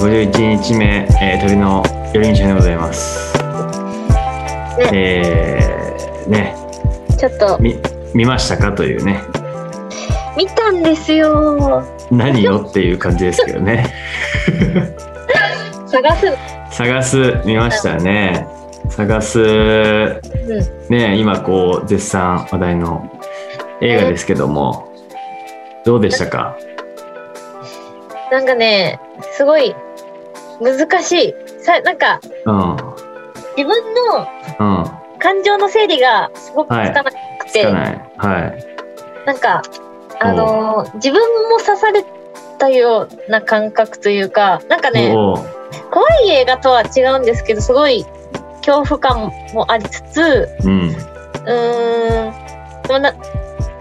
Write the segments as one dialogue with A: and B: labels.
A: 日目、えー、鳥の寄り道編でございます。
B: ね
A: えー、ね、
B: ちょっと
A: み、見ましたかというね、
B: 見たんですよ
A: 何よっていう感じですけどね。
B: 探す
A: 探す、見ましたね。探す、
B: うん
A: ね、今こう、絶賛話題の映画ですけども、どうでしたか
B: なんかねすごい難しいさなんか
A: うん、うん、
B: 自分の
A: つ
B: 感情の整理がすごくつかなくて、
A: かない。はい。
B: なんかあのー自分も刺されたような感覚というかなんかね
A: おう
B: 怖い映画とは違うんですけどすごい恐怖感もありつつ
A: うん、
B: うーんでもな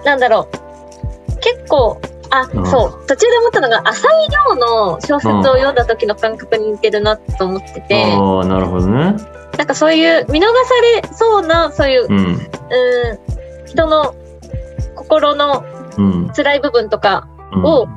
B: なんだろう結構あ、
A: うん
B: そう途中で思ったのが浅井亮の小説を読んだ時の感覚に似てるなと思ってて、
A: おーなるほどね。
B: なんかそういう見逃されそうなそういう、う
A: うん、
B: ーん、人の心の
A: うん、
B: 辛い部分とか
A: うん。
B: お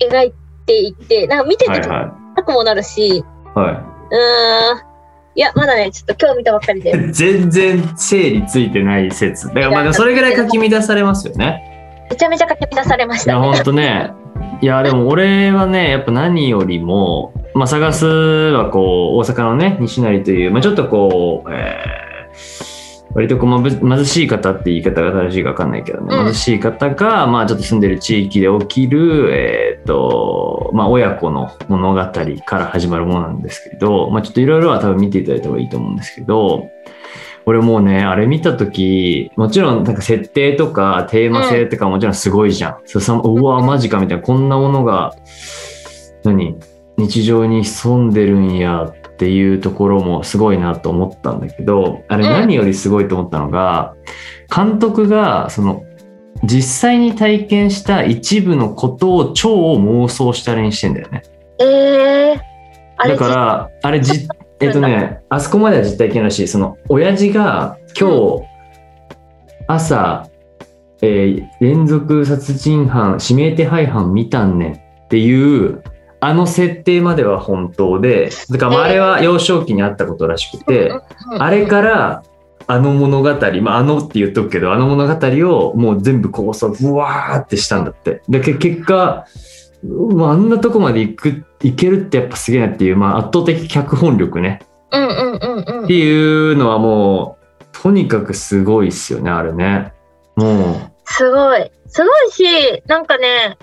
B: 描いていってなんか見て
A: は
B: て
A: いはい。
B: 痛くもなるし、
A: は
B: うーんいやまだねちょっと今日見たばっかりで
A: い、全然整理ついてない説だからまあそれぐらいかき乱されますよね
B: めちゃめちゃ書き出されまし
A: いや
B: た
A: ほ
B: ね。
A: んとねいやでも俺はねやっぱ何よりも、まあ、探すはこう大阪のね西成という、まあ、ちょっとこう、えー割とこうまぶ貧しい方って言い方が正しいか分かんないけどね、
B: うん
A: 貧しい方が、まあ、ちょっと住んでる地域で起きる、えーとまあ、親子の物語から始まるものなんですけど、まあ、ちょっといろいろは多分見ていただいた方がいいと思うんですけど俺もうねあれ見た時もちろんなんか設定とかテーマ性とかもちろんすごいじゃん、そうさうわマジかみたいなこんなものが何日常に潜んでるんやっていうところもすごいなと思ったんだけどあれ
B: うん
A: 何よりすごいと思ったのが、監督がその実際に体験した一部のことを超妄想したあれにしてんだよね。
B: えー、あ
A: だ
B: れ
A: からあれじえっとねあ そこまでは実体験らしいその親父が今日朝、えー連続殺人犯指名手配犯見たんねんっていうあの設定までは本当でだからまああれは幼少期にあったことらしくて、
B: うん
A: あれからあの物語、まあ、あのって言っとくけどあの物語をもう全部こうさぶわーってしたんだってでけ結果うわあんなとこまで行く行けるってやっぱすげえなっていう、まあ、圧倒的脚本力ね
B: うんうんうんうん
A: っていうのはもうとにかくすごいっすよねあれねも
B: すごい。すごいし、なんかね、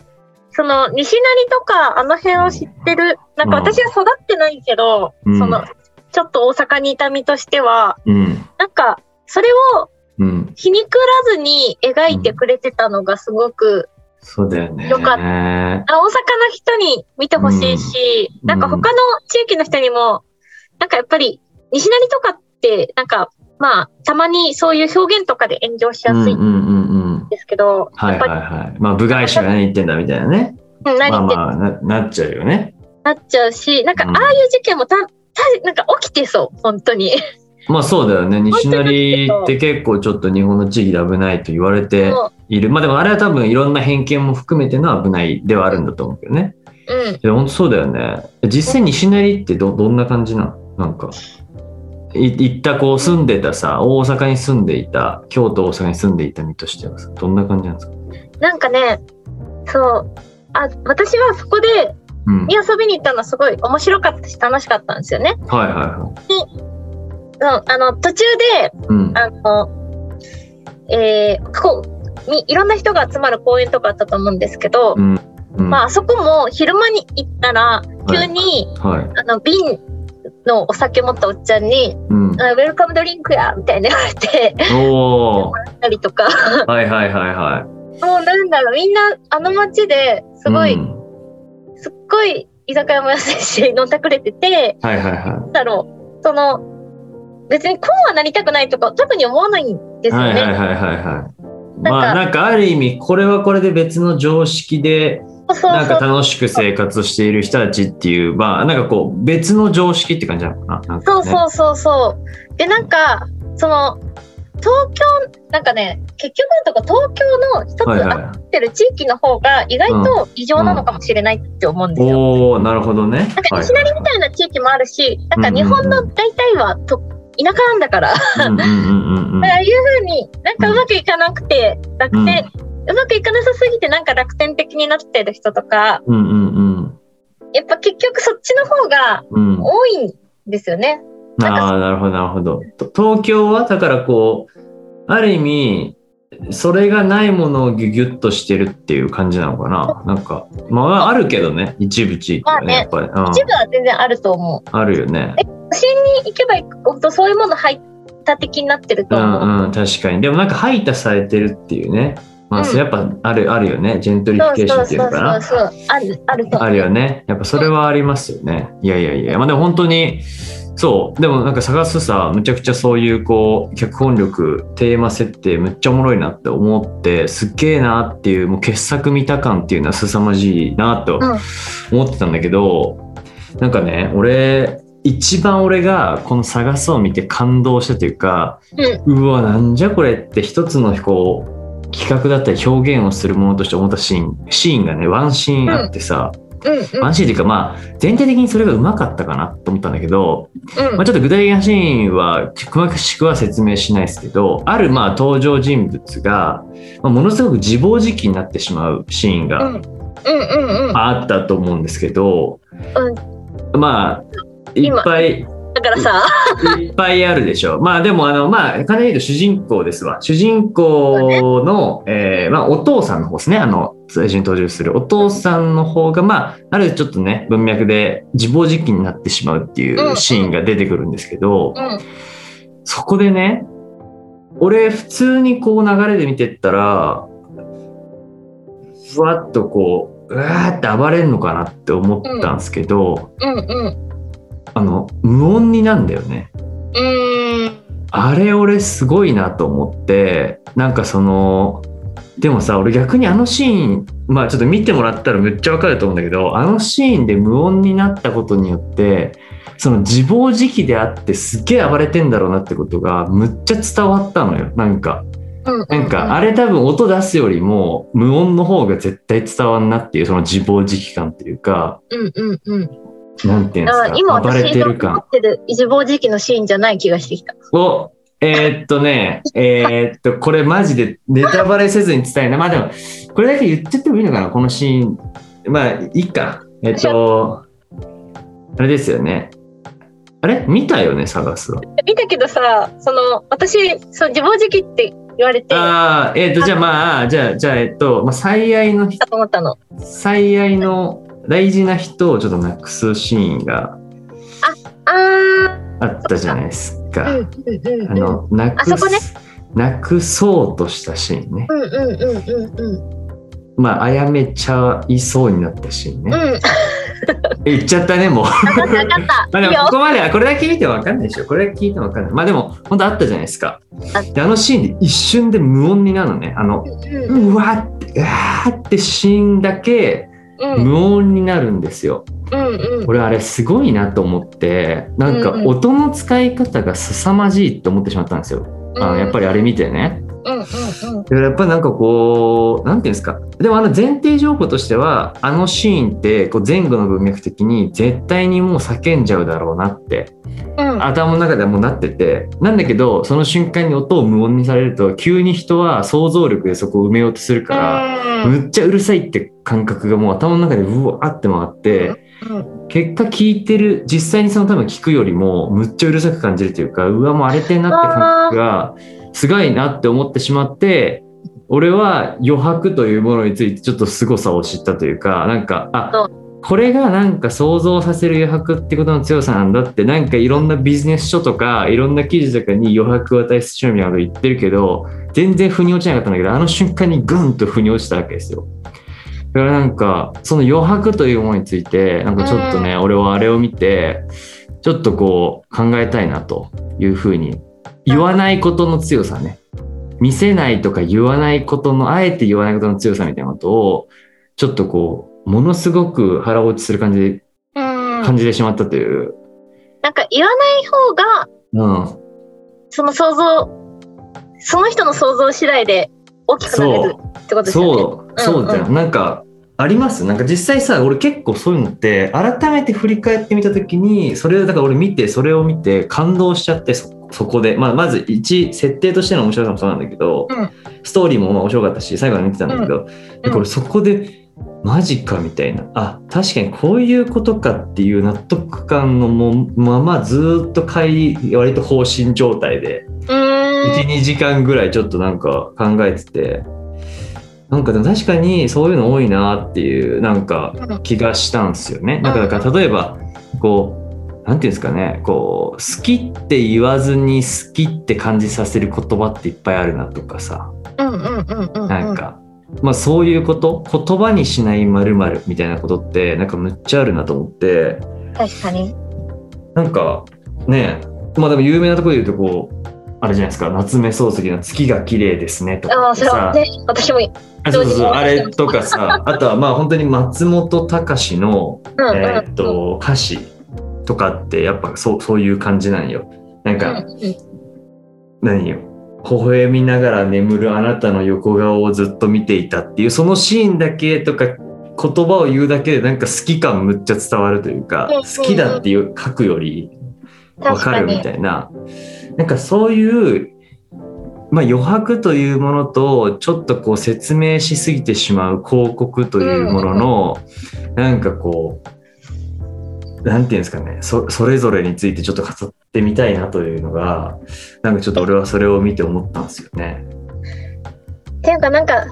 B: その、西成とか、あの辺を知ってる、なんか
A: うん
B: 私は育ってないけど、
A: うん
B: その、ちょっと大阪にいた身としては、
A: ううん
B: なんか、それを
A: うん
B: 皮肉らずに描いてくれてたのがすごく、
A: そうだよね
B: よかっ
A: ね
B: あ大阪の人に見てほしいし、
A: うん
B: なんか他の地域の人にも、なんかやっぱり、西成とかって、なんか、まあ、たまにそういう表現とかで炎上しや
A: うん
B: す
A: う
B: い
A: ん
B: ん
A: うんうん
B: ですけど、
A: はいはいはいまあ部外者が何言ってんだみたいなね
B: うん何
A: まあ
B: 言って
A: まあななっちゃうよね
B: なっちゃうし、なんか
A: うん
B: ああいう事件もた、たなんか起きてそう、本当に。
A: まあそうだよね西成
B: 本
A: っ
B: 当
A: て結構ちょっと日本の地域で危ないと言われて
B: そ
A: いるまあでもあれは多分いろんな偏見も含めての危ないではあるんだと思うけどね
B: ううん。
A: いや本当そうだよね実際西成ってどどんな感じなのなんかい行ったこう住んでたさ大阪に住んでいた京都大阪に住んでいた身としてはさどんな感じなんですか、
B: なんかね、そう。あ私はそこで
A: うん、はい
B: に遊びに行ったのすごい面白かったし楽しかったんですよね。
A: はいは
B: うん、あの途中で
A: いうん
B: あの、えーこうみいろんな人が集まる公園とかあったと思うんですけど、
A: うんうん
B: まああそこも昼間に行ったら
A: い
B: 急に、
A: はい
B: あの瓶のお酒持ったおっちゃんに
A: うん
B: 「あウェルカムドリンクや」みたいな言われて
A: おお
B: たりとか
A: はいはいはいはい
B: もうなんだろう、みんなあの街 ですごい、
A: うん
B: すっごい居酒屋も安いし、 飲んだくれてて、
A: はいはいは
B: なんだろう、その、別にこうはなりたくないとか、特に思わないんで
A: い
B: すよ
A: は
B: ね。
A: いはいはいはいはい
B: なんか
A: まあなんかある意味これはこれで別の常識で
B: そうそう
A: なん
B: そ
A: か
B: う。
A: 楽しく生活している人たちっていうまあなんかこう別の常識って感じなのかななんか
B: そう
A: ね
B: そうそうそう。で、なんか、その、東京、なんかね、結局のとこ東京の一つ
A: はいは
B: 合
A: い
B: ってる地域の方が意外と異常なのかもしれないって思うんですよ。
A: おおなるほどね。
B: なんか西成みたいな地域もあるし、なんか日本の大体はと田舎なんだから、
A: うんうんうんうんうん
B: ああいう風になんかうまくいかなくて楽天、うまくいかなさすぎてなんか楽天的になってる人とか、
A: うんうん
B: やっぱ結局そっちの方が
A: うんうん。
B: 多いんですよね。
A: ああなるほどなるほど。と東京はだからこうある意味それがないものをギュギュッとしてるっていう感じなのかな。なんかまああるけどね一部地域はねやっぱり、うん
B: 一部は全然あると思う。
A: あるよね。
B: 都心に行けば行くほどそういうもの入った的になってる
A: う
B: と思う。
A: んうん確かにでもなんか排他されてるっていうね。まあ
B: うん
A: それやっぱあるあるよねジェントリフ
B: そ
A: ィ
B: う
A: ケーション
B: そう
A: っていう
B: そ
A: の
B: う
A: か
B: そ
A: な
B: う。そう。ある、あると思
A: あ
B: う。
A: るよね。やっぱそれはありますよね。いやいやいや。まあでも本当に、そう。でもなんか探すさ、むちゃくちゃそういうこう、脚本力、テーマ設定、むっちゃおもろいなって思って、すっげえなっていう、もう傑作見た感っていうのは凄まじいなと思ってたんだけど、なんかね、俺、一番俺がこの探すを見て感動したというか、うわ、なんじゃこれって一つのこう、企画だったり表現をするものとして思ったシーン、シーンがね、ワンシーンあってさ、
B: うんうん
A: ワンシーンというか、まあ、全体的にそれがうまかったかなと思ったんだけど、
B: うん
A: まあ、ちょっと具体的なシーンは詳しくは説明しないですけど、あるまあ登場人物が、まあ、ものすごく自暴自棄になってしまうシーン
B: う
A: が
B: んうんうんうん。だ
A: あったと思うんですけど、まあ、いっぱい、
B: からさ、
A: いっぱいあるでしょう。 まあでも、あの、まあ、金井と主人公ですわ。主人公の、えーまあ、お父さんの方ですね。あの、最初に登場するお父さんの方が、まあ、あるちょっとね、文脈で自暴自棄になってしまうっていうシーンが出てくるんですけど、
B: うん
A: そこでね、俺、普通にこう流れで見てったら、ふわっとこう、うわーって暴れるのかなって思ったんですけど、
B: うんうん。
A: あの、無音になんだよね。
B: うーん。
A: あれ俺すごいなと思ってなんかそのでもさ俺逆にあのシーンまあちょっと見てもらったらめっちゃわかると思うんだけどあのシーンで無音になったことによってその自暴自棄であってすっげえ暴れてんだろうなってことがむっちゃ伝わったのよなんか
B: うん
A: なんかあれ多分音出すよりも無音の方が絶対伝わんなっていうその自暴自棄感っていうか
B: うんうんうん。
A: なんていうんで
B: あ
A: す
B: 今
A: か暴れ
B: 私
A: て
B: が
A: る感
B: 思ってる自暴自棄のシーンじゃない気がしてきた。
A: お、えーっとね、えーっと、これマジでネタバレせずに伝えない。まあでも、これだけ言っちゃってもいいのかな、このシーン。まあ、いいか。えーっと、あれですよね。あれ見たよね、探すは。
B: 見たけどさ、その私そう自暴自棄って言われてた
A: ああ、えーっと、じゃあまあ、じゃあ、じゃあ、えーっと、まあ、最愛の、
B: と思ったの。
A: 最愛の大事な人をちょっとなくすシーンが
B: あー
A: あったじゃないですか。
B: うんうん
A: あ
B: うんうん。
A: の、なく
B: あそこね
A: す、なくそうとしたシーンね。
B: うんうんうんうんうん。
A: まあ、あやめちゃいそうになったシーン
B: う
A: ね。
B: ん。
A: 言っちゃったね、もう。
B: 分か った分かっ
A: ま
B: た。
A: あ
B: い
A: で
B: い
A: も、こ
B: よ。
A: こまでは、これだけ見てもわかんないでしょ。これ聞いてもわかんない。まあでも、本当あったじゃないですか
B: あ。
A: であのシーンで一瞬で無音になるのね。あの、
B: うん
A: うわって、うわーってシーンだけ
B: うん
A: 無音になるんですよ。
B: うん
A: 俺、あれすごいなと思って、なんか
B: うんうん
A: 音の使い方が凄まじいと思ってしまったんですよ。
B: うん。
A: あのやっぱ
B: り。
A: りあれ見てね。
B: うんうんう
A: だ
B: ん。
A: からやっぱりなんかこう、なんていうんですか。でもあの前提情報としては、あのシーンってこう前後の文脈的に絶対にもう叫んじゃうだろうなって、
B: うん
A: 頭の中ではもうなってて、なんだけど、その瞬間に音を無音にされると、急に人は想像力でそこを埋めようとするから、
B: うん
A: むっちゃうるさいって感覚がもう頭の中でうわーって回って、
B: うん
A: 結果聞いてる、実際にその多分聞くよりも、むっちゃうるさく感じるというか、うわ、もう荒れてんなって感覚が、すごいなって思ってしまって、俺は余白というものについてちょっと凄さを知ったというか、なんか、あ
B: そ、
A: これがなんか想像させる余白ってことの強さなんだって、なんかいろんなビジネス書とか、いろんな記事とかに余白を与えするみたいなこと言ってるけど、全然腑に落ちなかったんだけど、あの瞬間にグンと腑に落ちたわけですよ。だからなんか、その余白というものについて、なんかちょっとね、俺はあれを見て、ちょっとこう考えたいなというふうに、言わないことの強さね。見せないとか言わないことの、あえて言わないことの強さみたいなことを、ちょっとこう、ものすごく腹落ちする感じで
B: うん
A: 感じてしまったという。
B: なんか言わない方が
A: うん。
B: その想像その人の想像次第で大きくなれるってことですよね。
A: そう、そうじゃん。
B: うん
A: なんか、ありますなんか実際さ、俺結構そういうのって、改めて振り返ってみたときに、それをだから俺見て、それを見て、感動しちゃって、そそこで、まあ、まず1、設定としての面白さもそうなんだけど、
B: うん
A: ストーリーもまあ面白かったし、最後まで見てたんだけど、なんか俺そこで、マジかみたいな、あ、確かにこういうことかっていう納得感のもまま、ずーっと帰り、割と放心状態で、
B: うーん。
A: 12時間ぐらいちょっとなんか考えててなんかでも確かにそういうの多いなっていうなんか
B: うん
A: 気がしたんですよね。なんかだから例えばこうなんていうんですかねこう好きって言わずに好きって感じさせる言葉っていっぱいあるなとかさ
B: うんうんうんうんうん。
A: なんか、まあ、そういうこと言葉にしないまるみたいなことってなんかむっちゃあるなと思って
B: 確かに。
A: なんかねまあでも有名なところで言うとこうあれじゃないですか夏目漱石の「月が綺麗ですね」とか
B: ああ、それは
A: さ
B: ね、私も、うん
A: あそうそうそう
B: 同時に
A: あれとか さあとはまあ本当に松本隆の、
B: うん、
A: えーっと歌詞とかってやっぱそうそういう感じなんよ。なん
B: うん、
A: か、
B: うん
A: 何よ微笑みながら眠るあなたの横顔をずっと見ていたっていうそのシーンだけとか言葉を言うだけでなんか好き感むっちゃ伝わるというか
B: うんうん
A: 好きだっていう書くよりわ
B: 確
A: か
B: か
A: る
B: に
A: みたいななんかそういう、まあ、余白というものとちょっとこう説明しすぎてしまう広告というものの、なんかこうなんていうんですかねそそれぞれについてちょっと語ってみたいなというのがなんかちょっと俺はそれを見て思ったんですよね。
B: っていうか、なんか、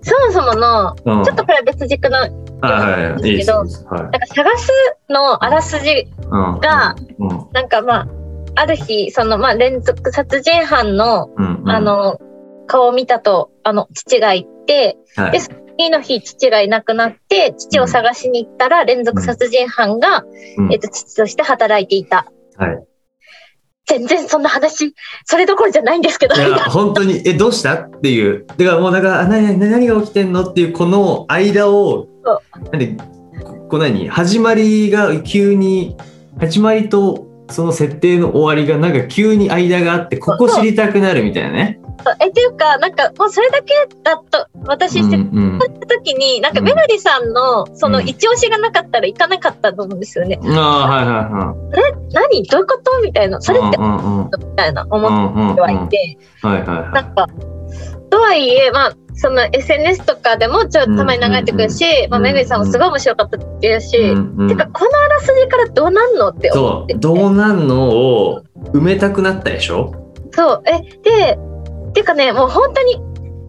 B: そもそもの、
A: うん、
B: ちょっとこれは別軸の、なんか
A: あはいはいいいですいいですはい
B: 探すのあらすじ
A: うん
B: が、
A: うん
B: なんかまあ、ある日、その、まあ、連続殺人犯の、
A: うんうん
B: あの、顔を見たと、あの、父が言って、
A: はい
B: で次の日、父がいなくなって、父を探しに行ったら、連続殺人犯が、
A: うん
B: えっと、父として働いていた。
A: はい
B: 全然そんな話、それどころじゃないんですけど、
A: いや、本当に、え、どうしたっていう。だからもう、だから、あ何、何何が起きてんのっていう、この間を
B: そ、
A: なんで、ここ何始まりが急に、始まりと、その設定の終わりが、なんか急に間があって、ここ知りたくなるみたいなね。
B: え、っていうか、なんか、もうそれだけだと、私、
A: うん
B: 設
A: うん
B: 定した時に、なんか、
A: うん
B: メガリさんの、その、
A: うん
B: 一押しがなかったら行かなかったと思うんですよね。
A: ああ、はい
B: 何どういうことみたいな。そ
A: はい
B: れっ
A: はい。
B: て
A: う、んうんうん。
B: みたいな、
A: う
B: 思っ
A: んうんうん
B: てはいて、
A: はいはいは。
B: ないんか、とはいえ、まあ、その SNS とかでもちょっとたまに流れてくるし、まあ、メグリさんもすごい面白かったっていうし、
A: うんうん
B: てか、このあらすじからどうなんのって思っ
A: そ
B: て
A: う、どうなんのを埋めたくなったでしょ
B: そう、え、で、てかね、もう本当に、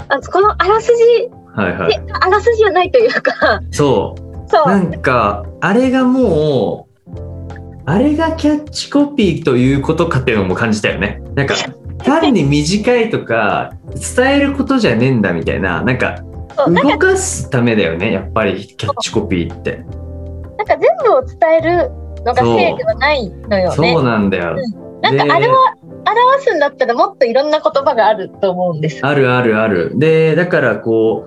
B: あこのあらすじ、
A: はいはい。
B: であらすじじゃないというか、
A: そう。
B: そう、
A: なんかあれがもうあれがキャッチコピーということかっていうのも感じたよね なんか単に短いとか伝えることじゃねえんだみたいななんか
B: そうなんか
A: 動かすためだよねやっぱりキャッチコピーって
B: なんか全部を伝えるのがせいではないのよね
A: そう。なんだよ
B: なん
A: で
B: かあれを表すんだったらもっといろんな言葉があると思うんです。
A: あるあるあるでだからこ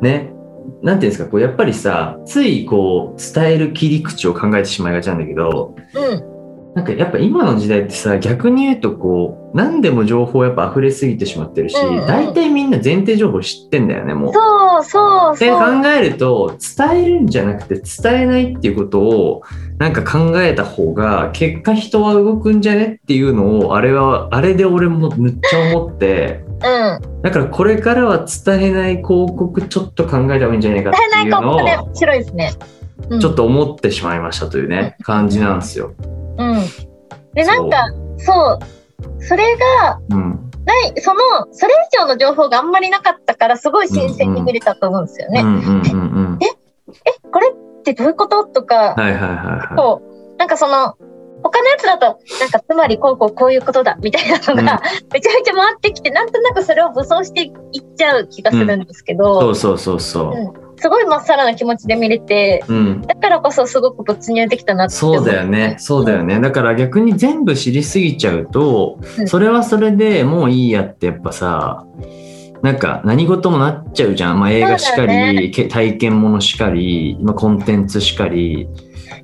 A: うねなんていうんですかこうやっぱりさついこう伝える切り口を考えてしまいがちなんだけど
B: うん。
A: なんかやっぱ今の時代ってさ逆に言うとこう何でも情報やっぱ溢れすぎてしまってるし、
B: うんうん
A: 大体みんな前提情報知ってんだよねもう。
B: そうそう
A: って考
B: そう。
A: えると伝えるんじゃなくて伝えないっていうことをなんか考えた方が結果人は動くんじゃねっていうのをあれはあれで俺もむっちゃ思って
B: うん。
A: だからこれからは伝えない広告ちょっと考えた方がいいんじゃないかっ
B: 伝
A: てい
B: えないうかもね、
A: のを
B: 面白いですね。うん、
A: ちょっと思ってしまいましたというね感じなんですよ。
B: うん。で、な
A: そうん
B: か、そう。それが、
A: うん
B: ない、その、それ以上の情報があんまりなかったから、すごい新鮮に見れたと思うんですよね。
A: うんうんうんうん。
B: これってどういうことと
A: は
B: か、
A: いはいはいはい。
B: そう。なんかその、他のやつだと、なんかつまりこうこうこういうことだみたいなの
A: うん
B: が、めちゃめちゃ回ってきて、なんとなくそれを武装していっちゃう気がするんですけ
A: そ
B: ど、
A: うそうそうそうう。
B: すごいまっさらな気持ちで見れて、
A: うん。
B: だからこそすごく没入できたなって
A: そうだよね。。そうだよね。だから逆に全部知りすぎちゃうと
B: う、ん
A: それはそれでもういいやってやっぱさ、なんか何事もなっちゃうじゃん。まあ映画しか
B: そうだよ
A: り、け体験ものしかり、まあコンテンツしかり。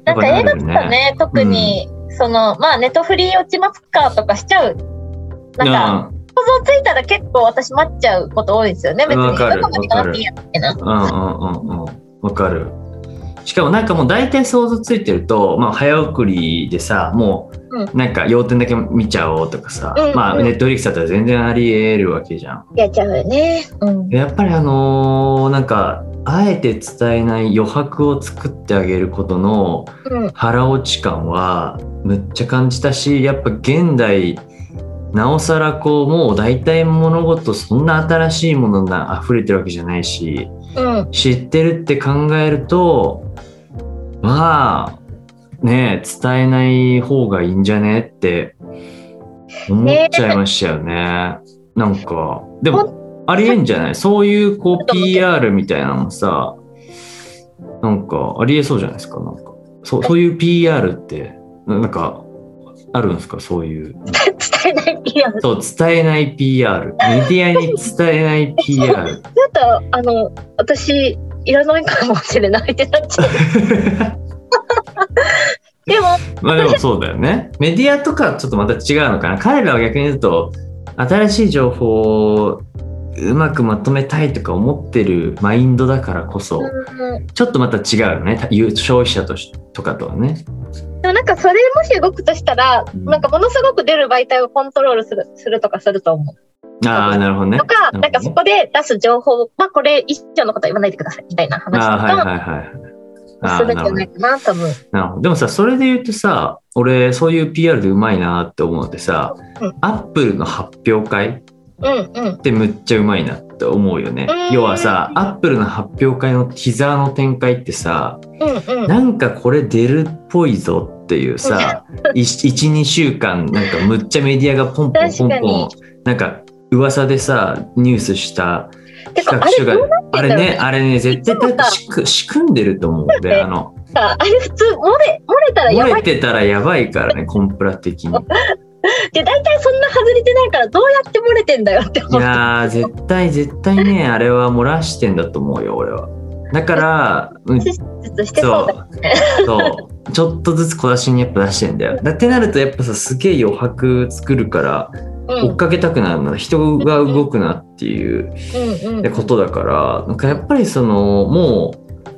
B: なんか
A: や
B: 映
A: っぱな
B: 画
A: る
B: と
A: よ
B: か。ね、特に、その、まあネットフリー落ちますかとかしちゃう。なんか、
A: うん
B: 想像ついたら結構私待っちゃうこと多いですよね。別に
A: わかる
B: どこまで行かなくていいやってな。
A: うんうんうんうん。わかる。しかもなんかもう大体想像ついてると、まあ、早送りでさもうなんか要点だけ見ちゃおうとかさ、
B: うん
A: まあ
B: うん
A: ネットリックスだったら全然ありえるわけじゃん。
B: やっちゃうよね。うん。
A: やっぱりあのーなんかあえて伝えない余白を作ってあげることの
B: うん。
A: 腹落ち感はむっちゃ感じたしやっぱ現代なおさらこうもう大体物事そんな新しいものが溢れてるわけじゃないし
B: うん。
A: 知ってるって考えるとまあねえ伝えない方がいいんじゃねって思っちゃいましたよね。なんかでもありえんじゃないそういうこう PR みたいなのもさなんかありえそうじゃないですかなんかそうそういう PR ってななんかあるんですかそういう
B: 伝えないっていう。
A: そう伝えない PR メディアに伝えない PR
B: なんか、あの、私、いらないかもしれないってなっ ちゃう。でも、
A: まあでもそうだよね。メディアとかちょっとまた違うのかな。彼らは逆に言うと、新しい情報をうまくまとめたいとか思ってるマインドだからこそ、
B: うん、
A: ちょっとまた違うよね。た言う消費者としとかとはね。
B: でもなんかそれもし動くとしたら、
A: うん
B: なんかものすごく出る媒体をコントロールするするとかすると思
A: ああ、なるほど
B: う。
A: ね
B: と。か、
A: うん
B: なんかそこで出す情報を、まあこれ以上のことは言わないでくださいみたいな話
A: ああ、はい
B: と
A: はいはい。あ
B: か
A: あ
B: す
A: ー、
B: るんじ
A: なるほ
B: ゃな
A: ど
B: いかな、多分。
A: なるほど。でもさ、それで言うとさ、俺、そういう PR でうまいなって思うのってさ
B: うん、
A: アップルの発表会
B: うんうん
A: っ。てむっちゃうまいなって思うよね
B: うん。
A: 要はさ、アップルの発表会の膝の展開ってさ、
B: うんうん。
A: なんかこれ出るっぽいぞっていうさ、12週間なんかむっちゃメディアがポンポンポン
B: 確か
A: ポン
B: に
A: なんか噂でさニュースした
B: てか、あ
A: 企
B: れ
A: 画
B: ど
A: 書
B: う
A: があ
B: なって
A: れ
B: んだろう
A: ねあれね絶対だって仕組仕組んでると思うんであの
B: なんか、あれ普通、漏れ、漏れたらや
A: 漏
B: ば
A: れ
B: い
A: てたらやばいからねコンプラ 的に。
B: って、大体そんな外れてないから、どうやって漏れてんだよって
A: い
B: 思う。
A: やー絶対絶対ねあれは漏らしてんだと思うよ俺は。だ から、うん
B: ずっとしてそうだよね。
A: そうちょっとずつ小出しにやっぱ出してんだよ。だってなるとやっぱさすげえ余白作るから
B: う
A: 追っ
B: ん
A: かけたくなるの人が動くなっていう
B: うんうん。
A: ことだからなんかやっぱりそのも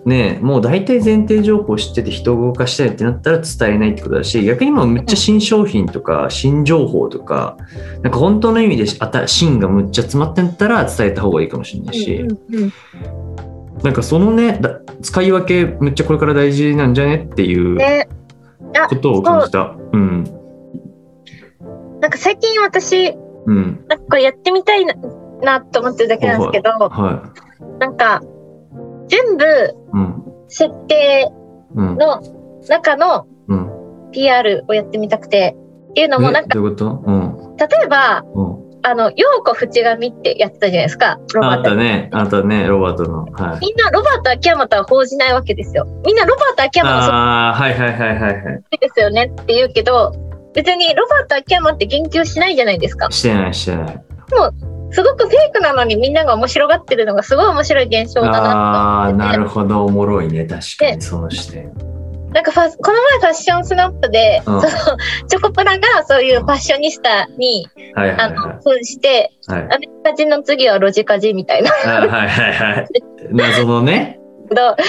A: うねもう大体前提情報知ってて人を動かしたいってなったら伝えないってことだし逆にもうめっちゃ新商品とか新情報とかなんか本当の意味であた芯がむっちゃ詰まってんだったら伝えた方がいいかもしれないし。
B: うんうん
A: なんかそのねだ使い分けめっちゃこれから大事なんじゃねっていう
B: ね、
A: ことを感じた。うん
B: なんか最近私、
A: うん
B: なんかこれやってみたいななと思ってるだけなんですけど、
A: は
B: なんか、全部
A: いうん
B: 設定
A: うん
B: の中の
A: うん。
B: PR をやってみたくて、っていうのも
A: え
B: なんか、
A: どういうこと？うん
B: 例えば、
A: うん。
B: あの、陽子淵上ってやってたじゃないですか、ロバ
A: ああ
B: ー
A: っ
B: ト
A: た。ねあったねロバートのはい。
B: みんなロバート秋山とは報じないわけですよ。みんなロバート秋山のそっ
A: ああーはいはいはいはいは
B: くりですよねって言うけど、別にロバート秋山って言及しないじゃないですか
A: い。。してないしてない。
B: すごくフェイクなのにみんなが面白がってるのがすごい面白い現象だな
A: ああーなるほどおもろいね確かにその視点。
B: と。なんかファスこの前ファッションスナップで、
A: うん
B: そのチョコプラがそういうファッショニスタに、
A: はいは
B: あ
A: い
B: の
A: は
B: 扮して、
A: いはい。
B: アメリカ人の次はロジカジみたいな。
A: あーはいはいはい。謎のね。
B: けど、あれ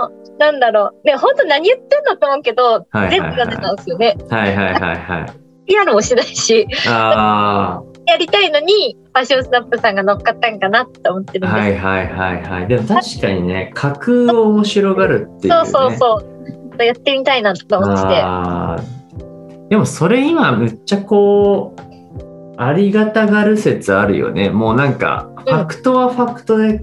B: も、なんだろう。ね、本当何言ってんだと思うけど、
A: はいはい
B: 全
A: は
B: 部
A: い
B: が出たんですよね。
A: はいはいはいはい。
B: PR もしないし、
A: ああ。
B: やりたいのに、ファッションスナップさんが乗っかったんかなって思 ってるんです。
A: はいはいはいはい。でも確かにね、架空を面白がるっていう、ね。
B: そうそうそう。やってみたいなと思ってて。
A: あーでもそれ今むっちゃこうありがたがる説あるよねもうなんかファクトはファクトで、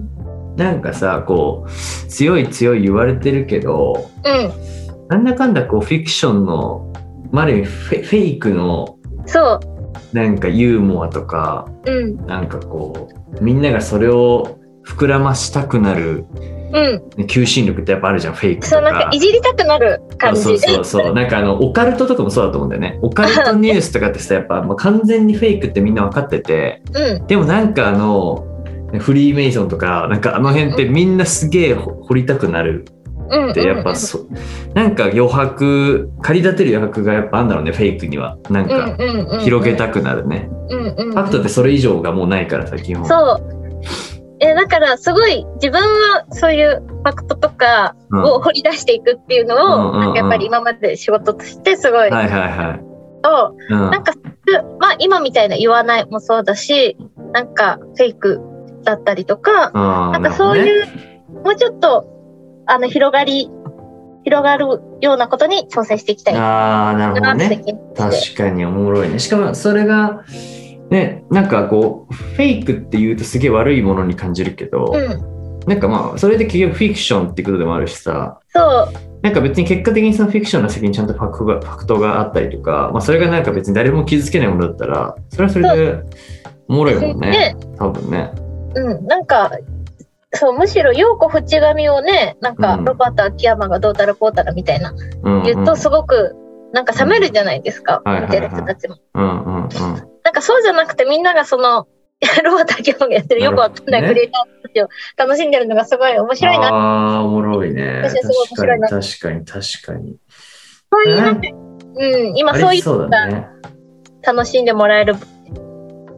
A: なんかさこう強い強い言われてるけど
B: う
A: なんだかんだこうフィクションのまあある意味フェフェイクの
B: ん。そう。
A: なんかユーモアとか
B: うん。
A: なんかこうみんながそれを膨らましたくなる
B: うん。
A: 求心力ってやっぱあるじゃんフェイクと
B: そうなんかいじりたくなる感じ。
A: そうそうそうそうなんかあのオカルトとかもそうだと思うんだよねオカルトニュースとかってさやっぱもう完全にフェイクってみんな分かってて
B: うん。
A: でもなんかあのフリーメイソンとかなんかあの辺ってみんなすげえ掘掘りたくなる
B: うん。
A: ってやっぱそうなんか余白駆り立てる余白がやっぱあんだろうねフェイクにはなん
B: うん
A: か
B: うんうんうん。
A: 広げたくなるね
B: うんうんうん
A: ファクトってそれ以上がもうないからさ、基本。
B: そう。え、だからすごい自分はそういうファクトとか
A: うん
B: を掘り出していくっていうのを、
A: うんうんうん
B: なんかやっぱり今まで仕事としてすごい、
A: はいはいはい。
B: と、
A: うん、
B: なんか、まあ今みたいな言わないもそうだし、なんかフェイクだったりとか、
A: あー
B: なんかそう
A: なる
B: いう、もうちょっと、あの、広がり、広がるようなことに挑戦していきた
A: ほどね
B: いな
A: あー、なるほど
B: って、
A: ね。確かにおもろいね。しかもそれが、ね、なんかこう、フェイクって言うとすげえ悪いものに感じるけど、
B: うん。
A: なんかまあ、それで結局フィクションってことでもあるしさ、
B: そう。
A: なんか別に結果的にそのフィクションの先にちゃんとファクトがファクトがあったりとか、まあ、それがなんか別に誰も傷つけないものだったら、それはそれでおもろいもんね。多分ね。
B: うん。なんか、そう、むしろ、陽子淵上をね、なんか、
A: うん
B: ロバート秋山がどうたらこうたらみたいな、
A: うん、うん。
B: 言うと、すごく、なんか冷めるじゃないですか、
A: うんはい
B: 見
A: はい
B: て
A: はい
B: る人たちも。
A: うんうんうん。
B: なんかそうじゃなくて、みんながその、 ロバート秋山がやってるよくわかんな
A: ないるほどね
B: クリエイターたちを楽しんでるのがすごい面白いな。
A: ああー、おもろいね。
B: 私はすごい面
A: 確
B: 白
A: か
B: い
A: に
B: な
A: 確かに確かに。
B: そういう、
A: なんか
B: うん、今
A: あ
B: そうい
A: り
B: うの
A: そう
B: が
A: だね。
B: 楽しんでもらえる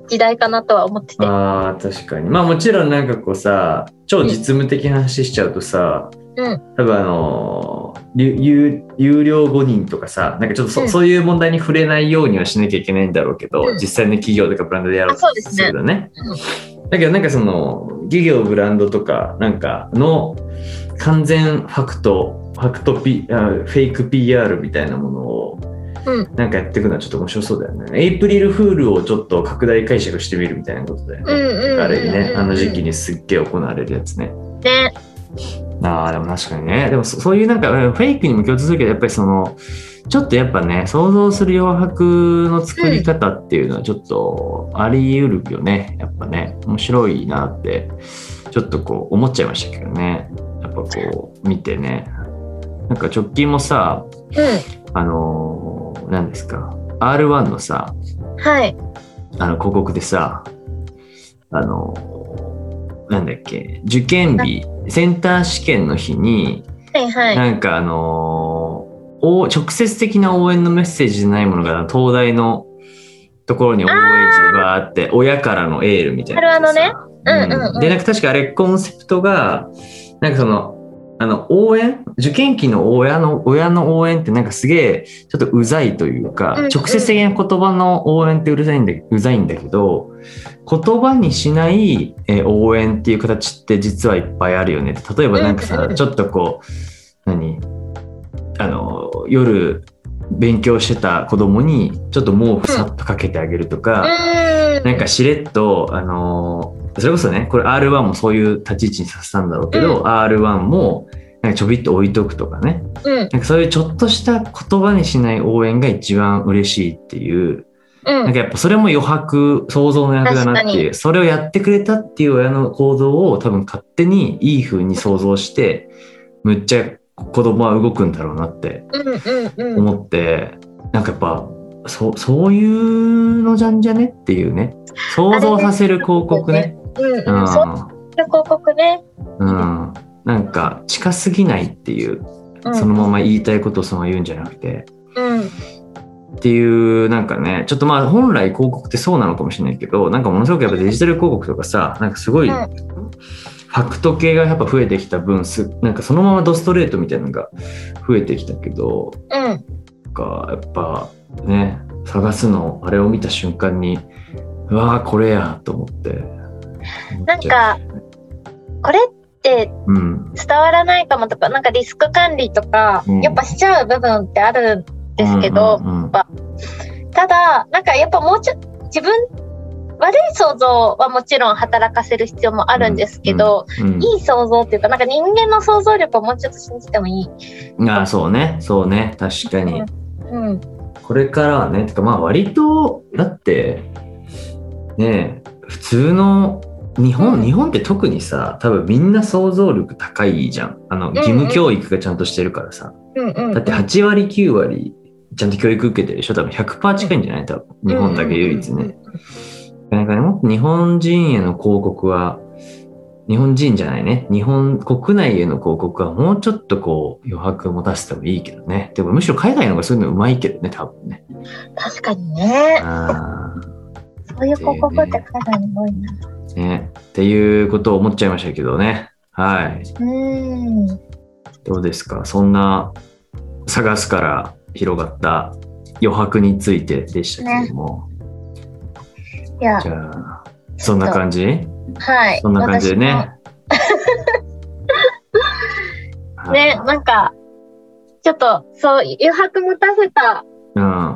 B: 時代かなとは思ってて。
A: ああ、確かに。まあもちろんなんかこうさ、超実務的な話しちゃうとさ、
B: うん
A: 多分あのーゆ有、有料5人とかさ、なんかちょっとそ,、
B: うん
A: そういう問題に触れないようにはしなきゃいけないんだろうけど、
B: うん
A: 実際の企業とかブランドでやろう
B: あ
A: と
B: そうですね
A: るとね。だけどなんかその、企業、ブランドとかなんかの完全ファクト、ファクトピ、あフェイク PR みたいなものを、
B: うん
A: なんかやっていくのはちょっと面白そうだよね。エイプリルフールをちょっと拡大解釈してみるみたいなことだよね。
B: うんうんうんうん
A: あれね、あの時期にすっげえ行われるやつね。
B: ね。
A: ああ、でも確かにね。でもそそういうなんか、うんフェイクにも共通するけど、やっぱりその、ちょっとやっぱね、想像する余白の作り方っていうのはちょっとあり得るよね。やっぱね、面白いなって、ちょっとこう思っちゃいましたけどね。やっぱこう見てね。なんか直近もさ、
B: う
A: あのー何ですか、R1 のさ、
B: ん。はい。
A: あの広告でさあのなんだっけ受験日センター試験の日に、
B: はいはい。
A: なんかあのお直接的な応援のメッセージじゃないものが東大のところに OH でバーって親からのエールみたいなやつでさ
B: あるあのねうんうんうん
A: でなんか確かあれコンセプトがなんかそのあの応援受験期の親の親の応援ってなんかすげえちょっとうざいというか、
B: うんうん
A: 直接的な言葉の応援ってうるさいんだうざいんだけど言葉にしない、えー応援っていう形って実はいっぱいあるよねって例えばなんか
B: うん
A: さ
B: うんうん
A: ちょっとこう何あの夜勉強してた子供にちょっと毛布さっとかけてあげるとか、
B: うん。
A: なんかしれっと、あのーそれこそね、これ R1 もそういう立ち位置にさせたんだろうけど、
B: う
A: R1 もなんかちょびっと置いとくとかね、
B: うん。
A: なんかそういうちょっとした言葉にしない応援が一番嬉しいっていう、
B: う
A: なん
B: ん。
A: かやっぱそれも余白、想像の余白だなって
B: 確
A: いう、それをやってくれたっていう親の行動を多分勝手にいい風に想像して、むっちゃ子供は動くんだろうなって
B: うんうんうん。
A: 思って、なんかやっぱそそういうのじゃんじゃねっていうね想像させる広告ね
B: うん
A: う
B: うん。そうい
A: ん、
B: う広告ね。
A: うん、なんか近すぎないっていう
B: うん
A: そのまま言いたいことをそのまま言うんじゃなくて
B: うん。
A: っていうなんかねちょっとまあ本来広告ってそうなのかもしれないけどなんかものすごくやっぱデジタル広告とかさなんかすごい
B: うん
A: ファクト系がやっぱ増えてきた分すなんかそのままドストレートみたいなのが増えてきたけど
B: うん。
A: かやっぱね探すのあれを見た瞬間にうわあこれやと思って
B: なんか、これって
A: うん
B: 伝わらないかもとか、なんかリスク管理とか
A: うん、
B: やっぱしちゃう部分ってあるんですけど
A: う、んうん
B: ただ、なんかやっぱもうちょ、自分、悪い想像はもちろん働かせる必要もあるんですけど、
A: うん
B: いい想像っていうか、なんか人間の想像力をもうちょっと信じてもいい。
A: うんああそうねそうね確かに
B: うん。
A: これからはねてかまあ割とだってねえ普通の日本、
B: うん
A: 日本って特にさ多分みんな想像力高いじゃんあの義務教育がちゃんとしてるからさ、
B: うんうん。
A: だって8割9割ちゃんと教育受けてるでしょ多分100%近いんじゃない多分日本だけ唯一
B: うんうんうん
A: ね。なんかねもっと日本人への広告は日本人じゃないね日本国内への広告はもうちょっとこう余白を持たせてもいいけどねでもむしろ海外の方がそういうのうまいけどね多分ね。
B: 確かにね。
A: あー
B: そういう広告ってかなり多いな。
A: ね。っていうことを思っちゃいましたけどね。はい。
B: うん。
A: どうですかそんな探すから広がった余白についてでしたけれども。
B: いや
A: じ、ゃあ、そんな感じ
B: はい。
A: そんな感じで ね。
B: 私も。ね、なんか、ちょっと、そう、余白持たせた
A: うん。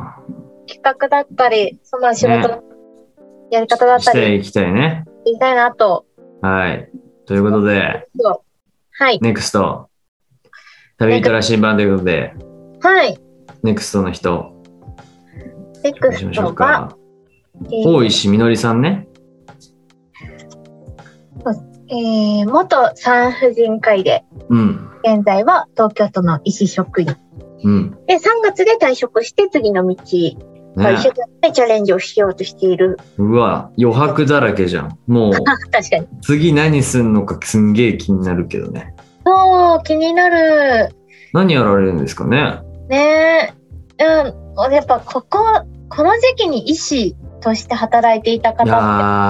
B: 企画だったり、その仕事のやり方だっ
A: した
B: り、
A: ていきたいね。
B: みたいなと、
A: はい。ということで、
B: そうはい。
A: ネクスト旅人羅針盤ということで、
B: はい。
A: ネクストの人、
B: ネ
A: お
B: ク
A: 願いし
B: ス
A: ましょ
B: ト
A: う
B: が、
A: か。
B: えー
A: 大石みのりさんね。
B: えー元産婦人科医で、
A: うん。
B: 現在は東京都の医師職員。
A: うん。
B: で、3月で退職して次の道と一
A: ね
B: 緒になってチャレンジをしようとしている。
A: うわ、余白だらけじゃん。 もう、
B: 確かに。
A: 次何すんのかすんげえ気になるけどね。
B: そう、気になる。
A: 何やられるんですかね。
B: ねえ。うん。俺やっぱここ、この時期に医師として働いていた
A: い
B: 方っ
A: や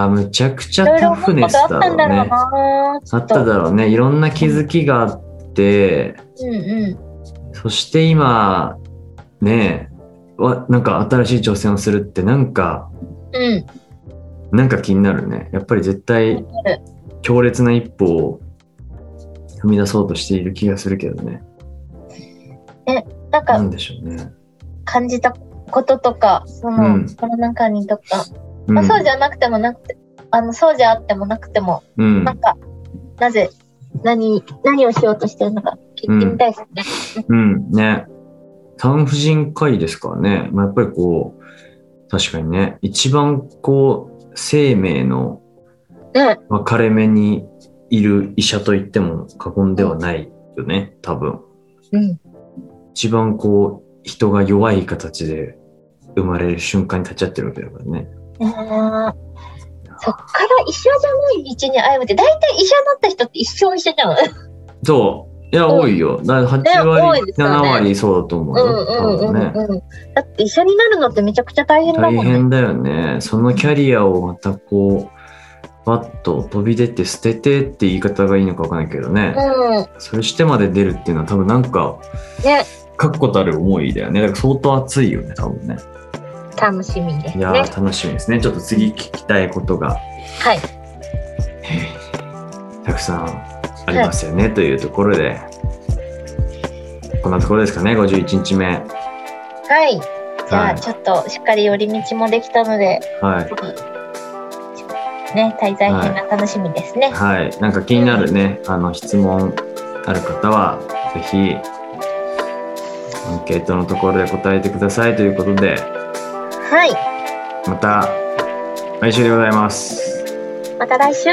A: ー、むちゃくち
B: て、
A: ゃ
B: いろいろ
A: タ
B: 思
A: フ
B: う
A: ネ
B: こ
A: ス
B: とあ
A: だ
B: っ
A: ろ
B: たん
A: う
B: だろう
A: ね。
B: な
A: あっただろうね。いろんな気づきがあって、
B: うんう
A: そして今、ねえ、わなんか新しい挑戦をするって、なんか、
B: ん。うん。
A: なんか気になるね。やっぱり絶対
B: になる、
A: 強烈な一歩を踏み出そうとしている気がするけどね。
B: なん
A: な
B: か
A: んでしょうね。
B: 感じたこととか、その、
A: うん
B: コロナ禍にとか、
A: うん
B: まあ、そうじゃなくてもなくて、あの、そうじゃあってもなくても、
A: うん
B: なんか、なぜ、何、何をしようとしてるのか聞いてみたいです
A: うん、ね。産婦人科医ですからね。まあ、やっぱりこう、確かにね、一番こう、生命の
B: ね。ね、
A: 分かれ目にいる医者といっても過言ではないよね、多分。
B: うん。
A: 一番こう、人が弱い形で生まれる瞬間に立ち会ってるわけだからね。
B: あーそっから医者じゃない道に歩むって、大体医者になった人って一生医者じゃん。
A: そう。いや、
B: うん
A: 多いよ。だ8
B: ね多
A: 割、
B: いですよね
A: 7割そうだと思う
B: う
A: よ。
B: んうん
A: 多
B: う
A: 分ね。
B: んうん。だって医者になるのってめちゃくちゃ大変だ
A: 大
B: もんね。
A: 変だよね。そのキャリアをまたこう、パッと飛び出て捨ててって言い方がいいのかわかんないけどね。
B: うん。
A: それしてまで出るっていうのは多分なんか、
B: ね、
A: 確固たる思いだよね。だから相当熱いよね、多分ね。
B: 楽しみです
A: い
B: ね。
A: や
B: は
A: ー、楽しみですね。ちょっと次聞きたいことが
B: い。
A: たくさんありますよね、というところで、こんなところですかね、51日目。
B: はい。じゃ
A: は
B: あ、
A: い
B: ちょっとしっかり寄り道もできたので、
A: はい。
B: ね、滞在編が楽しみですね。
A: はい。なんか気になるね、あの、質問ある方は、ぜひ、アンケートのところで答えてくださいということで、
B: はい。
A: また来週でございます。
B: また来週。